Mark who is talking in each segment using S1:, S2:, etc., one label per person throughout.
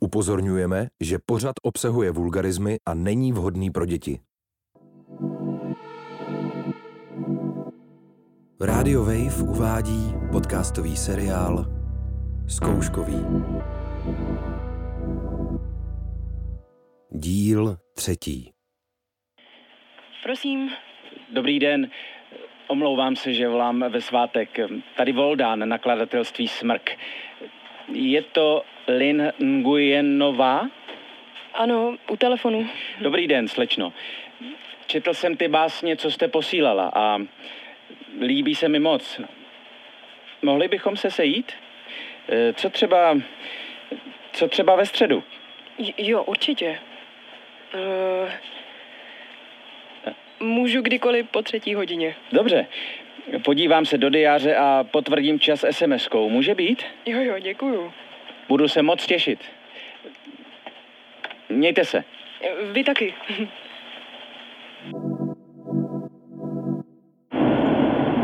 S1: Upozorňujeme, že pořad obsahuje vulgarizmy a není vhodný pro děti. Radio Wave uvádí podcastový seriál Zkouškový. Díl třetí.
S2: Prosím,
S3: Dobrý den. Omlouvám se, že volám ve svátek. Tady Voldán, nakladatelství Smrk. Je to Lin Nguyenová?
S2: ano, u telefonu.
S3: Dobrý den, slečno. Četl jsem ty básně, co jste posílala a líbí se mi moc. Mohli bychom se sejít? Eh, Co třeba, co třeba ve středu?
S2: J- jo, určitě. Uh, můžu kdykoliv po třetí hodině.
S3: Dobře, podívám se do diáře a potvrdím čas SMS-kou. Může být?
S2: Jo, jo, děkuju.
S3: Budu se moc těšit. Mějte se.
S2: Eh, Vy taky.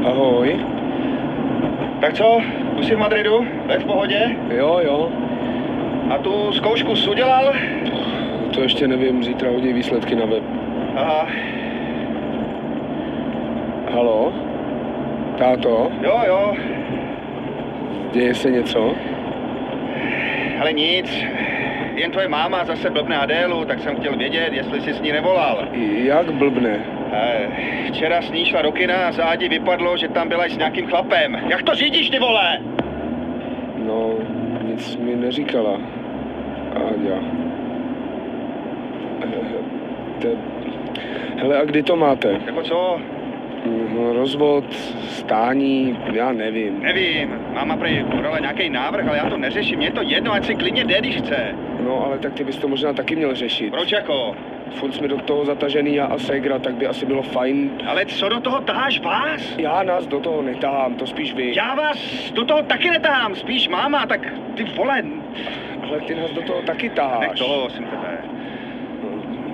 S4: Ahoj. Tak co, už jsi v Madridu? Tak v pohodě?
S5: Jo, jo,
S4: A tu zkoušku jsi udělal?
S5: to ještě nevím, zítra hodí výsledky na web.
S4: Aha,
S5: Halo? Táto,
S4: jo, jo,
S5: děje se něco?
S4: ale nic. Jen tvoje máma zase blbne Adélu, tak jsem chtěl vědět, jestli jsi s ní nevolal.
S5: Jak blbne?
S4: Eh, Včera s ní šla do kina a zádi vypadlo, že tam byla i s nějakým chlapem. Jak to řídíš, ty vole?
S5: No, nic mi neříkala. Áďa. Eh, Te... Hele, a kdy to máte?
S4: Jako co?
S5: Mhm, Rozvod, stání, já nevím.
S4: Nevím, máma prý podala nějaký návrh, ale já to neřeším, mě je to jedno, ať si klidně jde, když chce.
S5: No, ale tak ty bys to možná taky měl řešit.
S4: Proč jako?
S5: Furt jsme do toho zatažený já a Segra, tak by asi bylo fajn.
S4: Ale co do toho táháš vás?
S5: Já nás do toho netahám, to spíš vy.
S4: Já vás do toho taky netahám, spíš máma, tak ty vole,
S5: Ale ty nás do toho taky taháš.
S4: nech toho, jsem tebe.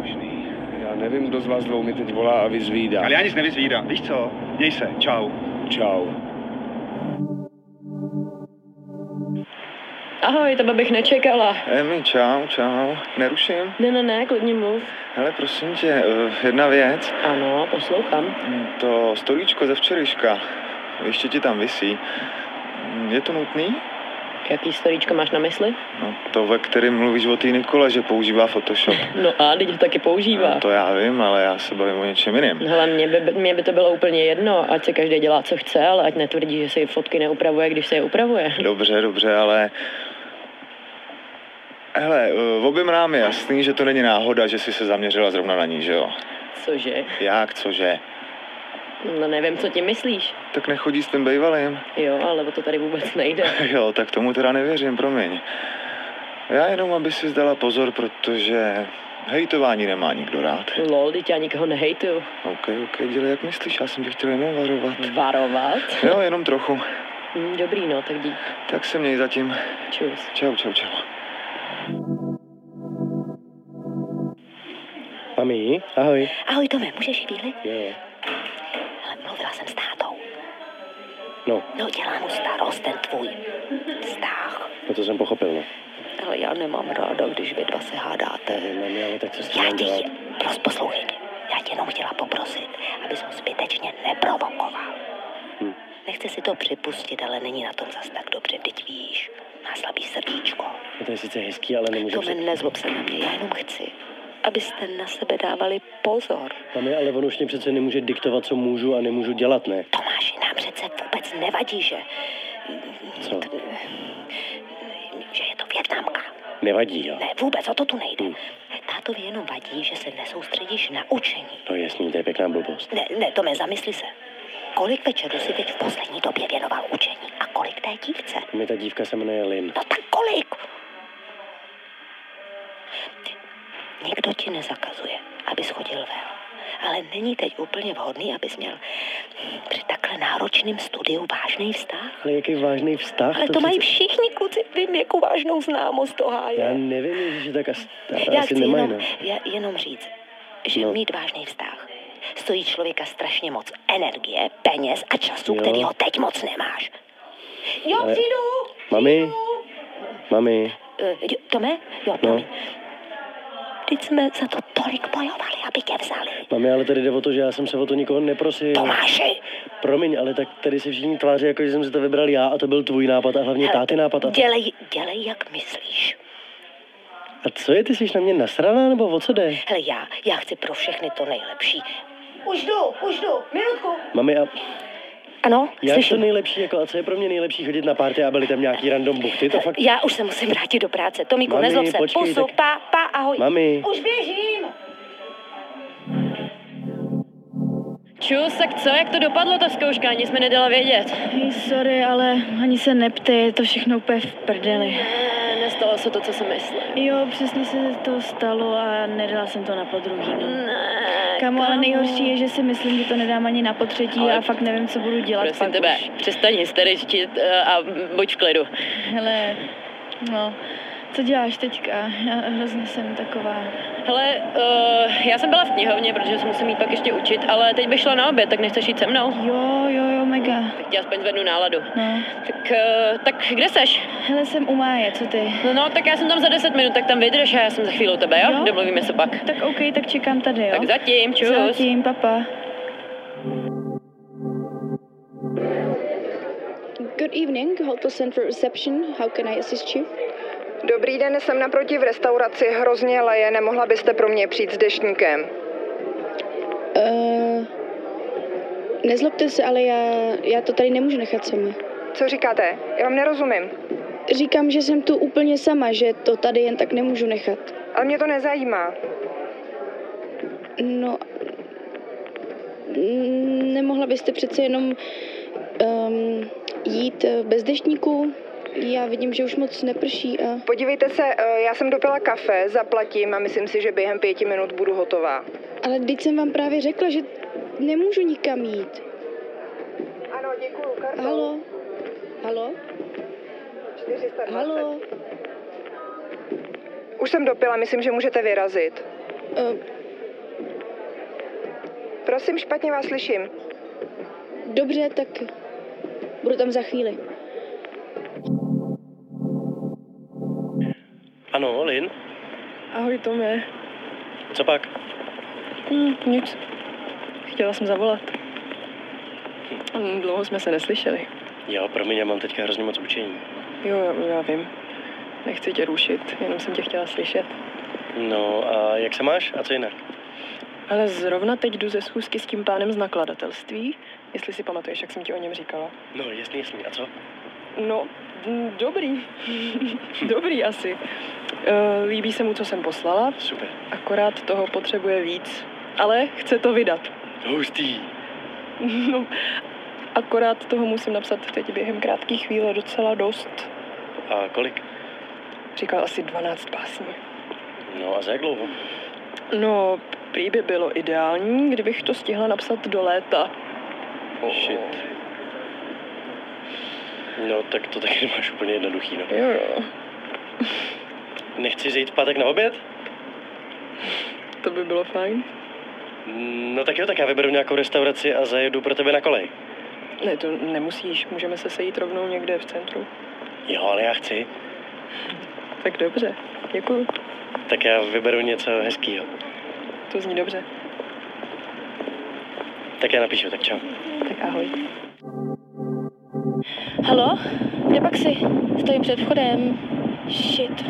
S4: Možný.
S5: Já nevím, kdo z vás dvou mi teď volá a vyzvídá.
S4: Ale já nic nevyzvídám, víš co? Měj se, čau.
S5: Čau.
S2: Ahoj, tebe bych nečekala.
S6: Emi, čau, čau. Neruším?
S2: Ne, ne, ne, klidně mluv.
S6: Hele, prosím tě, eh, jedna věc.
S2: Ano, poslouchám.
S6: Hm, To stolíčko ze včerejška, ještě ti tam visí. Hm, Je to nutný?
S2: Jaký storíčko máš na mysli?
S6: No, to, ve kterém mluvíš o té Nikole, že používá Photoshop.
S2: No a, teď ho taky používá.
S6: No, to já vím, ale já se bavím o něčem jiném.
S2: Hele, mě by, mě by to bylo úplně jedno, ať se každý dělá, co chce, ale ať netvrdí, že si fotky neupravuje, když se je upravuje.
S6: Dobře, dobře, ale... Hele, eh, v objem nám je jasný, že to není náhoda, že jsi se zaměřila zrovna na ní, že jo?
S2: Cože?
S6: Jak, cože?
S2: No nevím, co tím myslíš.
S6: Tak nechodí s tím bejvalým?
S2: Jo, ale o to tady vůbec nejde.
S6: Jo, tak tomu teda nevěřím, promiň. Já jenom, aby si zdala pozor, protože hejtování nemá nikdo rád.
S2: Lol, teď já nikoho nehejtuju.
S6: OK, OK, dělej, jak myslíš, já jsem tě chtěl jenom varovat.
S2: Varovat?
S6: Jo, jenom trochu.
S2: Hm, Dobrý, no, tak dík.
S6: Tak se měj zatím.
S2: Čus.
S6: Čau, čau, čau.
S5: Mami, ahoj.
S7: Ahoj Tome, můžeš jít chvíli?
S5: Jo.
S7: Ale mluvila jsem s tátou.
S5: No.
S7: No dělá mu starost ten tvůj vztah.
S5: No to jsem pochopil, no.
S7: Ale já nemám ráda, když vy dva se hádáte.
S5: Mami, ale tak co s tím
S7: Já
S5: mám
S7: tě,
S5: dělat?
S7: prostě poslouchej mě. Já tě jenom chtěla poprosit, abys ho zbytečně neprovokoval.
S5: Hm.
S7: Nechci si to připustit, ale není na tom zas tak dobře, vždyť víš. Má slabý srdíčko.
S5: No to je sice hezký, ale nemůžu...
S7: Tome, nezlob se na mě, já jenom chci, abyste na sebe dávali pozor.
S5: Mami, ale on už mě přece nemůže diktovat, co můžu a nemůžu dělat, ne?
S7: Tomáši, nám přece vůbec nevadí, že...
S5: Co?
S7: Že je to Větnamka.
S5: Nevadí, jo.
S7: Ne, vůbec o to tu nejde.
S5: Hm.
S7: Tátovi jenom vadí, že se nesoustředíš na učení.
S5: No jasný, to je pěkná blbost.
S7: Ne, ne, Tome, zamysli se. Kolik večerů si teď v poslední době věnoval učení a kolik té dívce?
S5: Mami, ta dívka se jmenuje Lin.
S7: No tak kolik? Nikdo ti nezakazuje, abys chodil ven. Ale není teď úplně vhodný, abys měl při takhle náročném studiu vážný vztah.
S5: Ale jaký vážný
S3: No,
S5: vztah.
S7: Ale to mají všichni kluci v tým věku vážnou známost toho
S5: Já
S7: háje.
S5: nevím, že tak asi,
S7: Já
S5: asi
S7: chci
S5: nemají,
S7: jenom,
S5: no.
S7: já, jenom říct, že
S5: No.
S7: mít vážný vztah stojí člověka strašně moc energie, peněz a času,
S5: Jo.
S7: který ho teď moc nemáš. Jo,
S5: Ale-
S7: přijdu!
S5: Mami, mami,
S7: eh, jo, Tome?
S8: No.
S7: Jo, Tomi. Teď jsme za to tolik bojovali, aby tě vzali.
S8: Mami, ale tady jde o to, že já jsem se o to nikoho neprosil.
S7: Tomáši,
S8: Promiň, ale tak tady se všichni tváří, jako že jsem si to vybral já a to byl tvůj nápad a hlavně
S7: Hele,
S8: táty nápad. A,
S7: eh, dělej, dělej, jak myslíš.
S8: a co je, ty jsi na mě nasraná nebo o co jde?
S7: Hele, já, já chci pro všechny to nejlepší.
S9: Už jdu, už jdu, minutku.
S8: Mami, a
S7: Ano,
S8: já je to
S7: slyším.
S8: nejlepší, jako a co je pro mě nejlepší chodit na párty a byly tam nějaký random buchty, to fakt...
S7: Já už se musím vrátit do práce. Tomíku,
S8: Mami,
S7: nezlob se.
S8: počkej,
S7: Pusu,
S8: tak-
S7: pa, pa, ahoj.
S8: Mami,
S9: Už běžím.
S2: Čus, tak co, jak to dopadlo ta zkouška, ani jsme nedala vědět.
S10: Hej, sorry, ale ani se neptej, je to všechno úplně v prdeli.
S2: Ne, nestalo se to, co jsem myslela.
S10: Jo, přesně se to stalo a nedala jsem to na podruhý. No.
S2: Ne,
S10: Kamo, ale nejhorší je, že si myslím, že to nedám ani na potřetí
S2: Ale-
S10: a fakt nevím, co budu dělat.
S2: Prosím
S10: pak
S2: tebe,
S10: Už.
S2: přestaň hysteričtit eh, a buď v klidu.
S10: Hele, no, co děláš teďka? Já hrozně jsem taková.
S2: Hele, uh, já jsem byla v knihovně, protože se musím jít pak ještě učit, ale teď by šla na oběd, tak nechceš jít se mnou?
S10: Jo, jo, jo, mega.
S2: Tak ti aspoň zvednu náladu.
S10: No,
S2: Tak, uh, tak kde seš?
S10: hele, jsem u Máje, co ty?
S2: No, no, tak já jsem tam za 10 minut, tak tam vydrž a já jsem za chvíli u tebe, jo?
S10: Jo.
S2: Domluvíme se pak.
S10: Tak OK, tak čekám tady, jo?
S2: Tak zatím, čus.
S10: Zatím, papa.
S11: Good evening, Hotel Center Reception. How can I assist you?
S9: Dobrý den, jsem naproti v restauraci, hrozně leje, nemohla byste pro mě přijít s deštníkem.
S11: Uh, nezlobte se, ale já, já to tady nemůžu nechat sama.
S9: Co říkáte? Já vám nerozumím.
S11: Říkám, že jsem tu úplně sama, že to tady jen tak nemůžu nechat.
S9: Ale mě to nezajímá.
S11: No, mm, nemohla byste přece jenom um, jít eh, bez deštníku? Já vidím, že už moc neprší a...
S9: Podívejte se, eh, já jsem dopila kafe, zaplatím a myslím si, že během pěti minut budu hotová.
S11: Ale teď jsem vám právě řekla, že nemůžu nikam jít.
S9: Ano, děkuju, kartou
S11: Halo? Halo?
S9: 420.
S11: Halo?
S9: Už jsem dopila, myslím, že můžete vyrazit. Eh,
S11: Uh,
S9: Prosím, špatně vás slyším.
S11: Dobře, tak budu tam za chvíli.
S8: ano, Lin,
S2: Ahoj, Tome.
S8: co pak?
S2: Hm, nic. Chtěla jsem zavolat. Hm, Dlouho jsme se neslyšeli.
S8: Jo, promiň, já mám teďka hrozně moc učení.
S2: Jo, já- já vím. Nechci tě rušit, jenom jsem tě chtěla slyšet.
S8: No a jak se máš? A co jinak?
S2: Ale zrovna teď jdu ze schůzky s tím pánem z nakladatelství, jestli si pamatuješ, jak jsem ti o něm říkala.
S8: No, jasný, jasný. A co?
S2: No, mm, dobrý. dobrý asi. Eh, Líbí se mu, co jsem poslala,
S8: Super.
S2: akorát toho potřebuje víc. Ale chce to vydat.
S8: Hustý.
S2: No, akorát toho musím napsat teď během krátké chvíle docela dost.
S8: A kolik?
S2: Říkal asi 12 básní.
S8: No a za jak dlouho?
S2: No, prý by bylo ideální, kdybych to stihla napsat do léta.
S8: Oh. Shit. No, tak to taky máš úplně jednoduchý, no.
S2: Jo, jo,
S8: Nechci zajít v pátek na oběd?
S2: to by bylo fajn.
S8: No tak jo, tak já vyberu nějakou restauraci a zajedu pro tebe na kolej.
S2: Ne, to nemusíš, můžeme se sejít rovnou někde v centru.
S8: Jo, ale já chci.
S2: Tak dobře, děkuju,
S8: Tak já vyberu něco hezkýho.
S2: to zní dobře.
S8: Tak já napíšu, tak čau.
S2: Tak ahoj.
S10: Halo? Kde pak si? Stojím před vchodem. Shit.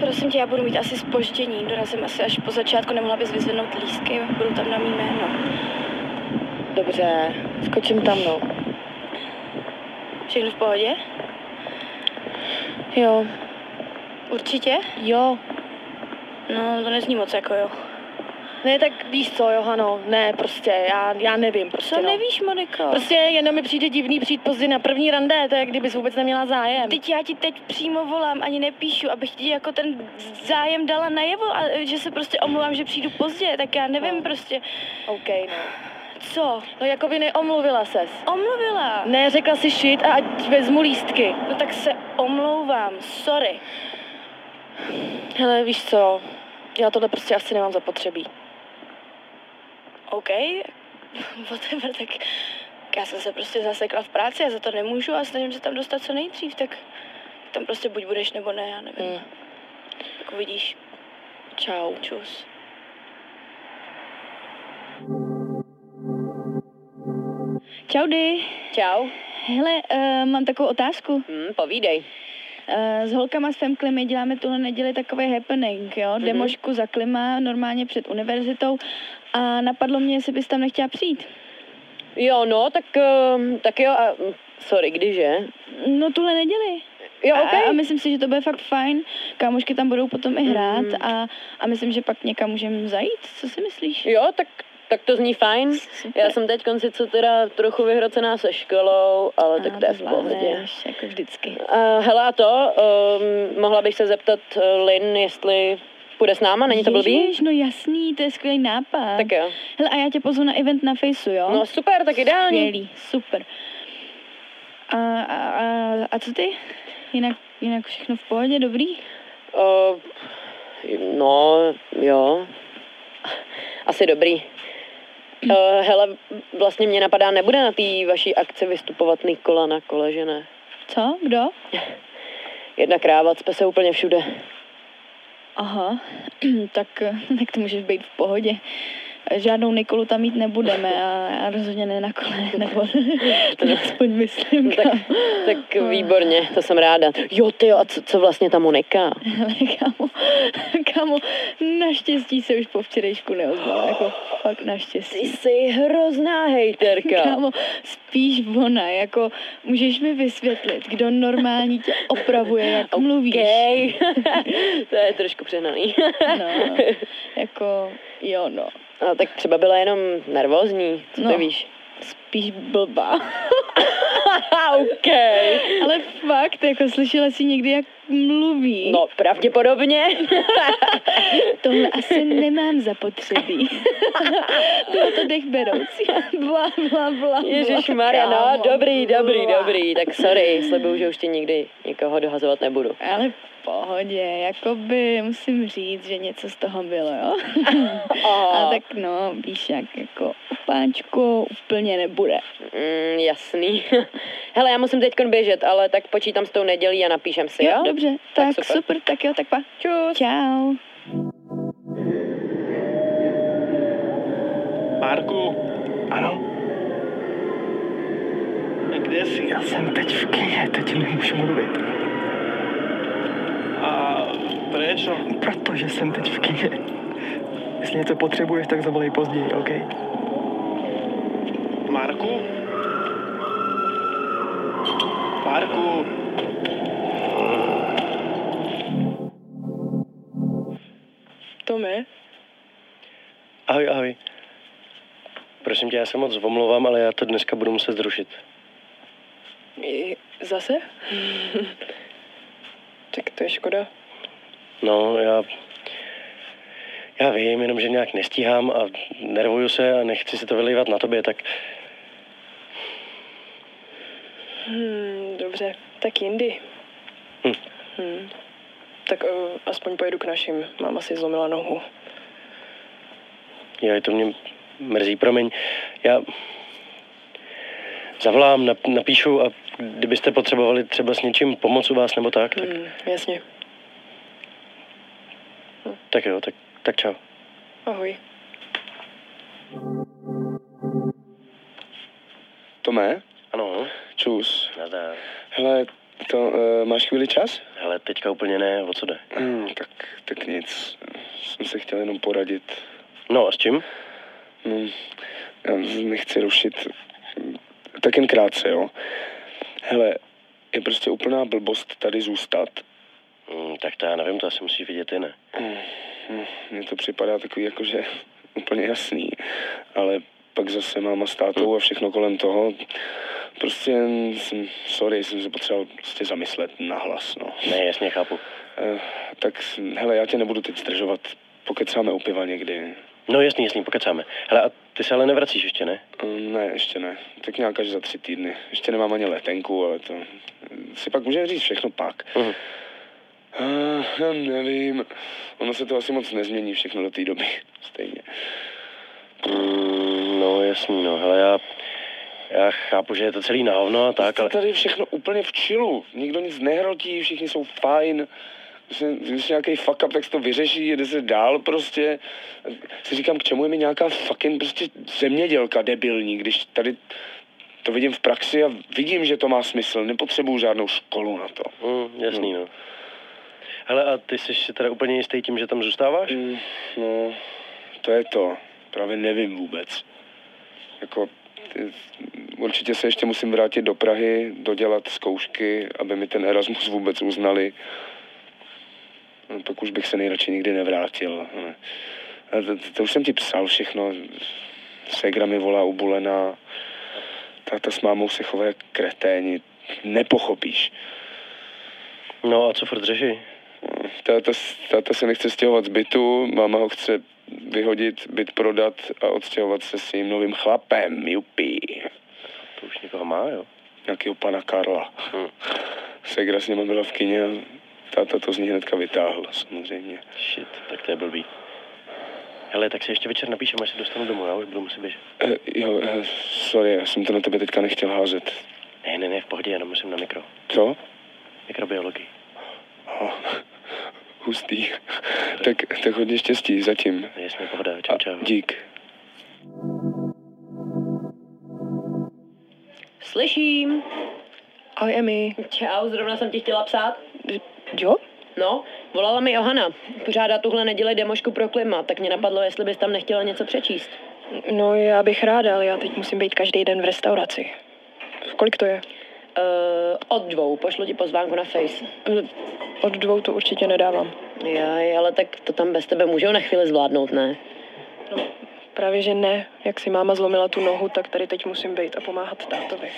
S10: Prosím tě, já budu mít asi spoždění. Dorazím asi až po začátku, nemohla bys vyzvednout lístky, budu tam na mý jméno.
S2: Dobře, skočím tam, no.
S10: Všechno v pohodě? Jo. Určitě? Jo. No, to nezní moc jako jo.
S2: Ne, tak víš co, Johano, ne, prostě, já, já nevím, prostě,
S10: Co
S2: no.
S10: nevíš, Moniko?
S2: Prostě jenom mi přijde divný přijít pozdě na první rande, to je, jak kdybys vůbec neměla zájem.
S10: Teď já ti teď přímo volám, ani nepíšu, abych ti jako ten zájem dala najevo a e, že se prostě omluvám, že přijdu pozdě, tak já nevím
S2: No.
S10: prostě,
S2: OK, no.
S10: co?
S2: No jako by neomluvila ses.
S10: Omluvila.
S2: Ne, řekla si šit a ať vezmu lístky.
S10: No tak se omlouvám, sorry.
S2: Hele, víš co, já tohle prostě asi nemám zapotřebí.
S10: OK, whatever, tak já jsem se prostě zasekla v práci, já za to nemůžu a snažím se tam dostat co nejdřív, tak tam prostě buď budeš nebo ne, já nevím.
S2: Hmm.
S10: tak uvidíš. Čau, čus. Čaudy. Čau. Hele, uh, mám takovou otázku.
S12: Hmm, povídej.
S10: Eh, S holkama s Femkly my děláme tuhle neděli takový happening, jo? Mm-hmm. Demošku za klima, normálně před univerzitou. A napadlo mě, jestli bys tam nechtěla přijít.
S12: Jo, no, tak, ehm, tak jo, a, sorry, kdyže?
S10: No tuhle neděli.
S12: Jo,
S10: a,
S12: okej.
S10: a myslím si, že to bude fakt fajn. Kámošky tam budou potom i hrát
S12: Mhm.
S10: a, a myslím, že pak někam můžeme zajít. Co si myslíš?
S12: Jo, tak, tak to zní fajn. Já jsem teď sice teda trochu vyhrocená se školou, ale tak to je v pohodě.
S10: Jako vždycky.
S12: Uh, hele a to, um, mohla bych se zeptat uh, Lin, jestli půjde s náma, není to blbý?
S10: Ježiš, no jasný, to je skvělý nápad.
S12: Tak jo.
S10: Hele, a já tě pozvu na event na Faceu, jo?
S12: No super, tak ideální.
S10: Skvělý, super. A, a, a, a co ty? Jinak, jinak všechno v pohodě, dobrý?
S12: Uh, no, jo. Asi dobrý. Uh, hele, vlastně mě napadá, nebude na té vaší akci vystupovat Nikola na kole, že ne?
S10: Co? Kdo?
S12: Jedna kráva, cpe se úplně všude.
S10: Aha, tak, tak to můžeš být v pohodě. Žádnou Nikolu tam mít nebudeme a, a rozhodně ne na kole, nebo to aspoň myslím.
S12: Tak, tak výborně, to jsem ráda. Jo, ty jo, a co, co vlastně ta Monika?
S10: Hele, kámo, kámo, naštěstí se už po včerejšku neozvala, jako fakt naštěstí. Ty
S12: jsi hrozná hejterka.
S10: Kámo, spíš ona, jako můžeš mi vysvětlit, kdo normální tě opravuje, jak okay. mluvíš.
S12: to je trošku přehnaný.
S10: no, jako, jo no.
S12: A tak třeba byla jenom nervózní, co no. ty víš?
S10: Spíš blbá.
S12: OK.
S10: Ale fakt, jako slyšela jsi někdy, jak mluví.
S12: No, pravděpodobně.
S10: Tohle asi nemám zapotřebí. Bylo to dech beroucí. Bla, bla, bla.
S12: Ježíš Maria, no, dobrý, dobrý, dobrý. Tak sorry, slibuju, že už ti nikdy někoho dohazovat nebudu.
S10: Ale v pohodě, jakoby musím říct, že něco z toho bylo, jo? A tak no, víš, jak jako upáčku úplně nebude.
S12: Mm, jasný. Hele, já musím teď běžet, ale tak počítám s tou nedělí a napíšem si, jo?
S10: dobře, tak, tak super. super, tak jo, tak pa.
S12: Čus.
S10: Čau.
S13: Marku? Ano? Kde jsi? Já jsem teď v kyně, teď nemůžu mluvit. A proč? No, Protože jsem teď v kyně. Jestli něco potřebuješ, tak zavolej později, OK? Marku? Marku?
S2: Tome,
S8: Ahoj, ahoj. Prosím tě, já se moc omlouvám, ale já to dneska budu muset zrušit.
S2: i- zase? tak to je škoda.
S8: No, já... Já vím, jenom že nějak nestíhám a nervuju se a nechci se to vylejvat na tobě, tak
S2: Hmm, dobře, tak jindy.
S8: Hm.
S2: Hmm. Tak uh, aspoň pojedu k našim. Máma si zlomila nohu.
S8: jo, to mě mrzí, promiň. Já zavolám, nap- napíšu a kdybyste potřebovali třeba s něčím pomoc u vás nebo tak, tak,
S2: Hmm, jasně.
S8: tak jo, tak, tak čau.
S2: Ahoj.
S5: Tome?
S8: Ano.
S5: Čus.
S8: Nazdar.
S5: Hele, to, uh, máš chvíli čas?
S8: Hele, teďka úplně ne, o co jde?
S5: Hmm, tak, tak nic. Jsem se chtěl jenom poradit.
S8: No a s čím?
S5: No, já nechci rušit. Tak jen krátce, jo. Hele, je prostě úplná blbost tady zůstat.
S8: Hmm, tak to já nevím, to asi musíš vidět ty ne.
S5: Hmm, hmm, Mně to připadá takový jakože úplně jasný, ale pak zase máma s tátou a všechno kolem toho. Prostě jen jsem, sorry, jsem se potřeboval prostě zamyslet nahlas, no.
S8: Ne, jasně, chápu.
S5: Eh, tak, hele, já tě nebudu teď zdržovat. Pokecáme u piva někdy.
S8: No jasný, jasný, pokecáme. Hele, a ty se ale nevracíš ještě, ne?
S5: Mm, Ne, ještě ne. Tak nějak až za tři týdny. Ještě nemám ani letenku, ale to si pak můžeme říct všechno pak.
S8: Mhm.
S5: Ah, já nevím. Ono se to asi moc nezmění všechno do té doby. Stejně.
S8: Mm, no jasný, no, hele, já, já chápu, že je to celý na hovno a tak, ale...
S5: Tady je všechno úplně v čilu. Nikdo nic nehrotí, všichni jsou fajn. Prostě, Když je nějaký fuck up, tak se to vyřeší, jede se dál prostě. Si říkám, k čemu je mi nějaká fucking prostě zemědělka debilní, když tady to vidím v praxi a vidím, že to má smysl. Nepotřebuju žádnou školu na to. Hmm.
S8: Mm, jasný, no. Hele, a ty jsi si teda úplně jistý tím, že tam zůstáváš?
S5: Mm, no, to je to. Právě nevím vůbec. Jako, ty- určitě se ještě musím vrátit do Prahy, dodělat zkoušky, aby mi ten Erasmus vůbec uznali. No, pak už bych se nejradši nikdy nevrátil. ale- ale To, to, to už jsem ti psal všechno. Segra mi volá ubolená. Táta s mámou se chová jak kreténi. Nepochopíš.
S8: No a co furt řeší?
S5: Táta, táta se nechce stěhovat z bytu, máma ho chce vyhodit, byt prodat a odstěhovat se s jejím novým chlapem, jupí.
S8: To už někoho má, jo?
S5: Nějakého pana Karla. Hm. Segra s nima byla v kině a táta to z ní hnedka vytáhl, samozřejmě.
S8: Shit, tak to je blbý. Hele, tak si ještě večer napíšem, až se dostanu domů, já už budu muset běžet.
S5: Eh, jo, eh, sorry, já jsem to na tebe teďka nechtěl házet.
S8: Ne, ne, ne, v pohodě, jenom musím na mikro.
S5: Co?
S8: Mikrobiologii.
S5: Oh, hustý. tak, tak hodně štěstí zatím.
S8: Jasně, pohoda, čau, čau.
S5: Dík.
S12: Slyším.
S2: Ahoj, Emi.
S12: Čau, zrovna jsem ti chtěla psát.
S2: Jo?
S12: No, volala mi Johana. Pořádá tuhle neděli demošku pro klima, tak mě napadlo, jestli bys tam nechtěla něco přečíst.
S2: No, já bych ráda, ale já teď musím být každý den v restauraci. Kolik to je?
S12: Uh, od dvou, pošlu ti pozvánku na Face.
S2: Od dvou to určitě nedávám.
S12: Jaj, ale tak to tam bez tebe můžou na chvíli zvládnout, ne?
S2: Právě, že ne. Jak si máma zlomila tu nohu, tak tady teď musím být a pomáhat tátovi.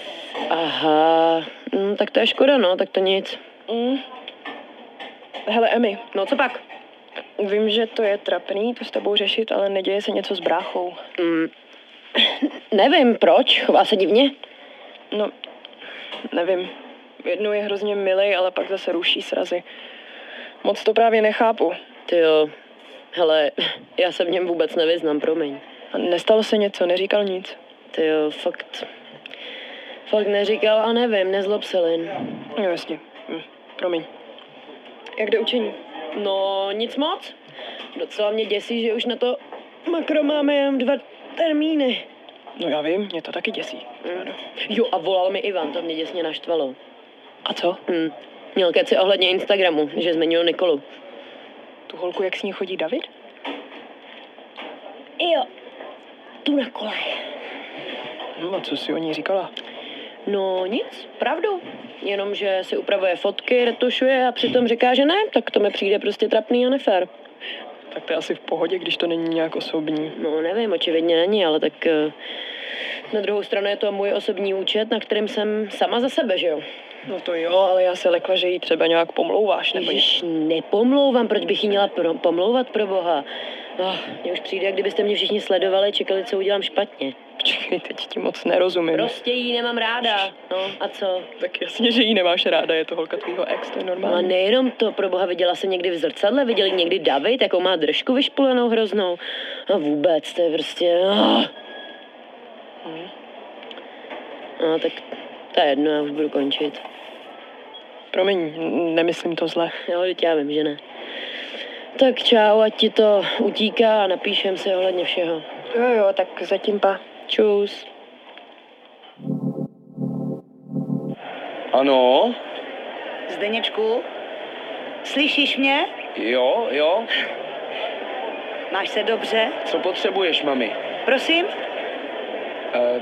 S12: Aha, no, tak to je škoda, no, tak to nic.
S2: Mm. Hele, Emi.
S12: No, co pak?
S2: Vím, že to je trapný, to s tebou řešit, ale neděje se něco s bráchou.
S12: Mm. Nevím proč, chová se divně.
S2: No, nevím. Jednou je hrozně milej, ale pak zase ruší srazy. Moc to právě nechápu.
S12: Ty jo, hele, já se v něm vůbec nevyznám, promiň.
S2: A nestalo se něco, neříkal nic.
S12: Ty jo, fakt, fakt neříkal a nevím, nezlob se, Lin.
S2: Jo, jasně. Hm, promiň. Jak jde učení?
S12: No, nic moc. Docela mě děsí, že už na to makro máme jenom dva termíny.
S2: No já vím, mě to taky děsí.
S12: Mm. Jo, a volal mi Ivan, to mě děsně naštvalo.
S2: A co?
S12: Hm. Měl keci ohledně Instagramu, že zmiňuju Nikolu.
S2: Tu holku, jak s ní chodí David?
S12: Jo, tu na kole.
S2: No a co si o ní říkala?
S12: No nic, pravdu. Jenom, že si upravuje fotky, retušuje a přitom říká, že ne, tak to mi přijde prostě trapný a nefér.
S2: Tak to je asi v pohodě, když to není nějak osobní.
S12: No nevím, očividně není, ale tak eh, na druhou stranu je to můj osobní účet, na kterým jsem sama za sebe, že jo?
S2: No to jo, ale já se lekla, že jí třeba nějak pomlouváš nebo něco.
S12: Ježiš, nepomlouvám, proč bych ji měla pro, pomlouvat pro boha. Oh, mně už přijde, jak kdybyste mě všichni sledovali, čekali, co udělám špatně.
S2: Počkej, teď ti moc nerozumím.
S12: Prostě jí nemám ráda. No, a co?
S2: No, Tak jasně, že jí nemáš ráda, je to holka tvýho ex, to je
S12: Ale
S2: normální.
S12: nejenom to, pro boha, viděla se někdy v zrcadle, viděli někdy David, jakou má držku vyšpulenou hroznou. A vůbec, to je prostě... Oh. No, tak to je jedno, já už budu končit.
S2: Promiň, n- nemyslím to zle.
S12: Jo, teď já vím, že ne. Tak čau, ať ti to utíká a napíšem se ohledně všeho.
S2: Jo, jo, tak zatím pa.
S12: Čus.
S5: Ano,
S14: Zdeněčku, slyšíš mě?
S5: jo, jo.
S14: Máš se dobře?
S5: Co potřebuješ, mami?
S14: Prosím?
S5: Eh,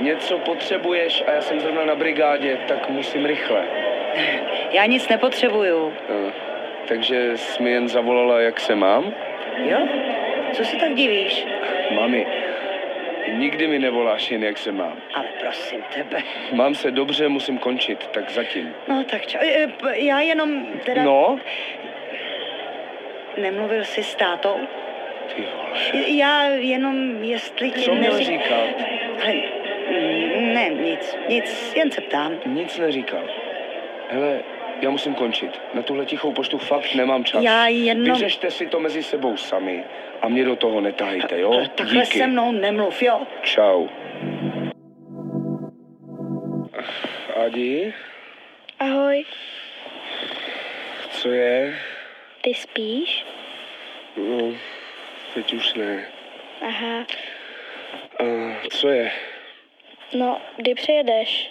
S5: něco potřebuješ a já jsem zrovna na brigádě, tak musím rychle.
S14: Já nic nepotřebuju.
S5: Eh, takže jsi mi jen zavolala, jak se mám?
S14: Jo? Co se tak divíš?
S5: Mami, nikdy mi nevoláš jen, jak se mám.
S14: Ale prosím tebe.
S5: Mám se dobře, musím končit, tak zatím.
S14: No tak čau. E, e, p- Já jenom teda...
S5: No?
S14: Nemluvil jsi s tátou?
S5: Ty vole.
S14: J- Já jenom, jestli ti
S5: Co měl
S14: neři-
S5: říkat?
S14: Hele, mm, ne, nic, nic, jen se ptám.
S5: Nic neříkal. Hele, já musím končit. Na tuhle tichou poštu fakt nemám čas.
S14: Já jenom-
S5: Vyřešte si to mezi sebou sami a mě do toho netahejte, jo?
S14: Takhle
S5: Díky.
S14: se mnou nemluv, jo?
S5: Čau. Adi,
S10: Ahoj.
S5: co je?
S15: ty spíš?
S5: No, teď už ne.
S15: Aha.
S5: A co je?
S15: No, kdy přijedeš?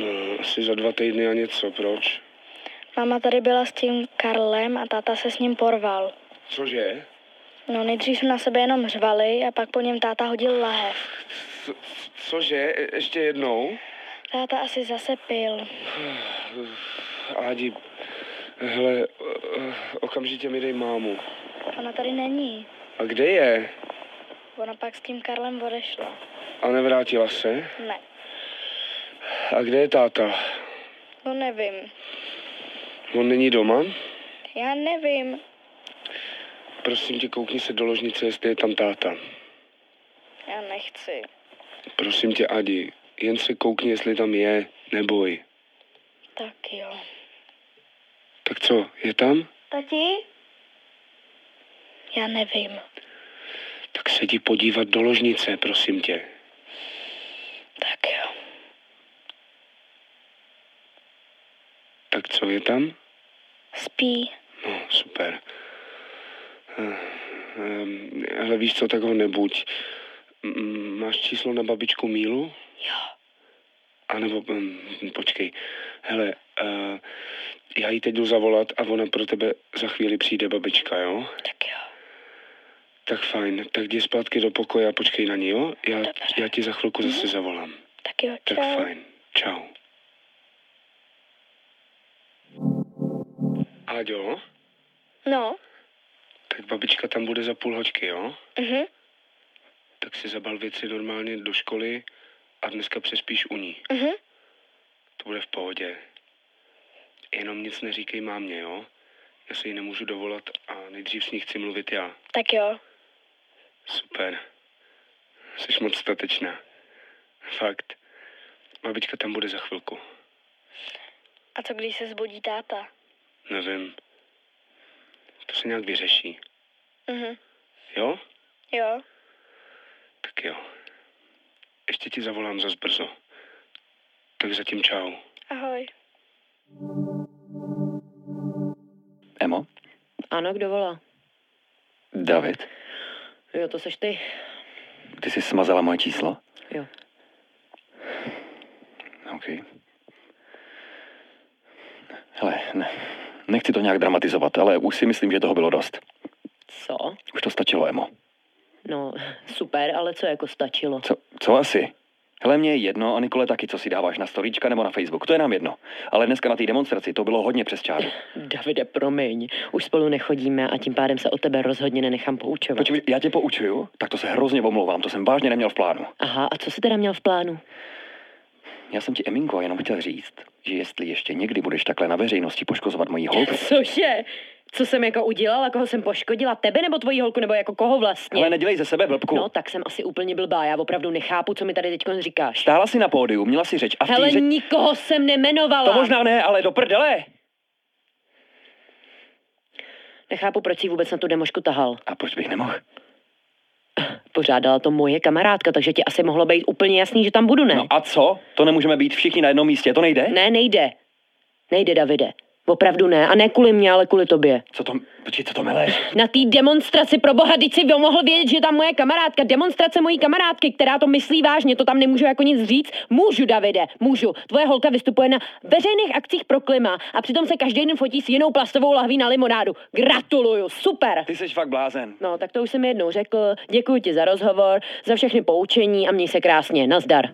S5: No, asi za dva týdny a něco, proč?
S15: Máma tady byla s tím Karlem a táta se s ním porval.
S5: Cože?
S15: No, nejdřív na sebe jenom řvali a pak po něm táta hodil lahev.
S5: Co, cože? E- Ještě jednou?
S15: Táta asi zase pil.
S5: Ádi, hele, eh, okamžitě mi dej mámu.
S15: Ona tady není.
S5: A kde je?
S15: Ona pak s tím Karlem odešla.
S5: A nevrátila se?
S15: Ne,
S5: A kde je táta?
S15: no nevím.
S5: On není doma?
S15: Já nevím.
S5: Prosím tě, koukni se do ložnice, jestli je tam táta.
S15: Já nechci.
S5: Prosím tě, Adi, jen se koukni, jestli tam je, neboj.
S15: Tak jo.
S5: Tak co, je tam?
S15: Tati? Já nevím.
S5: Tak se jdi podívat do ložnice, prosím tě.
S15: Tak jo.
S5: Tak co, je tam?
S15: Spí.
S5: No, super. Ehm, Ale víš co, tak ho nebuď. Mm, Máš číslo na babičku Mílu? Jo. A nebo, mm, počkej, hele, uh, já jí teď jdu zavolat a ona pro tebe za chvíli přijde babička, jo? Tak
S15: jo.
S5: Tak fajn, tak jdi zpátky do pokoje a počkej na ní, jo? Já, já ti za chvilku zase zavolám.
S15: Tak jo,
S5: Tak
S15: Mhm. čau.
S5: fajn, čau. Aďo?
S15: No,
S5: Tak babička tam bude za půl hoďky, jo?
S15: mhm.
S5: Tak si zabal věci normálně do školy a dneska přespíš u ní.
S15: Mhm.
S5: To bude v pohodě. Jenom nic neříkej mámě, jo? Já se jí nemůžu dovolat a nejdřív s ní chci mluvit já.
S15: Tak jo.
S5: Super. Jsi moc statečná. Fakt. Babička tam bude za chvilku.
S15: A co když se zbudí táta?
S5: Nevím. To se nějak vyřeší.
S15: Mhm.
S5: Jo?
S15: Jo.
S5: Tak jo. Ještě ti zavolám zas brzo. Tak zatím čau.
S15: Ahoj.
S16: Emo?
S12: Ano, kdo volá?
S16: David?
S12: Jo, to seš ty.
S16: Ty jsi smazala moje číslo?
S12: Jo.
S16: OK. Hele, ne. Nechci to nějak dramatizovat, ale už si myslím, že toho bylo dost.
S12: Co?
S16: Už to stačilo, Emo.
S12: No, super, ale co jako stačilo?
S16: Co, co asi? Hele, mě je jedno a Nikole taky, co si dáváš na storíčka nebo na Facebook, to je nám jedno. Ale dneska na té demonstraci to bylo hodně přes čáru.
S12: Davide, promiň, už spolu nechodíme a tím pádem se o tebe rozhodně nenechám poučovat.
S16: Počkej, já tě poučuju? Tak to se hrozně omlouvám, to jsem vážně neměl v plánu.
S12: Aha, a co jsi teda měl v plánu?
S16: Já jsem ti, Eminko, jenom chtěl říct, že jestli ještě někdy budeš takhle na veřejnosti poškozovat moji holku,
S12: Cože? Co jsem jako udělala, koho jsem poškodila? Tebe nebo tvoji holku, nebo jako koho vlastně?
S16: ale nedělej ze sebe blbku.
S12: No, tak jsem asi úplně blbá, já opravdu nechápu, co mi tady teď říkáš.
S16: Stála si na pódiu, měla si řeč a v té
S12: Hele,
S16: řeči...
S12: nikoho jsem nemenovala.
S16: To možná ne, ale do prdele.
S12: Nechápu, proč jsi vůbec na tu demošku tahal.
S16: A proč bych nemohl?
S12: Pořádala to moje kamarádka, takže ti asi mohlo být úplně jasný, že tam budu, ne?
S16: No a co? To nemůžeme být všichni na jednom místě, to nejde?
S12: Ne, nejde. Nejde, Davide. Opravdu ne. A ne kvůli mě, ale kvůli tobě.
S16: Co to, počkej, co to meleš?
S12: Na té demonstraci pro boha, teď si mohl vědět, že tam moje kamarádka, demonstrace mojí kamarádky, která to myslí vážně, to tam nemůžu jako nic říct. Můžu, Davide, můžu. Tvoje holka vystupuje na veřejných akcích pro klima a přitom se každý den fotí s jinou plastovou lahví na limonádu. Gratuluju, super.
S16: Ty jsi fakt blázen.
S12: No, tak to už jsem jednou řekl. Děkuji ti za rozhovor, za všechny poučení a měj se krásně. Nazdar.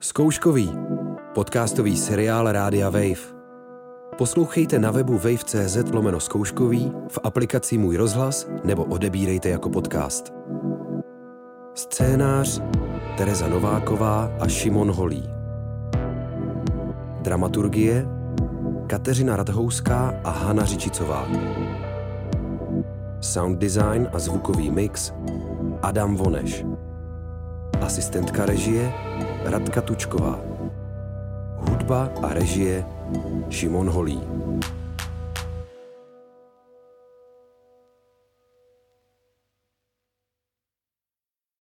S1: Zkouškový. Podcastový seriál Rádia Wave. Poslouchejte na webu wave.cz lomeno zkouškový, v aplikaci Můj rozhlas nebo odebírejte jako podcast. Scénář Tereza Nováková a Šimon Holí. Dramaturgie Kateřina Radhouská a Hana Řičicová. Sound design a zvukový mix Adam Voneš. Asistentka režie Radka Tučková. Hudba a režie Šimon Holí.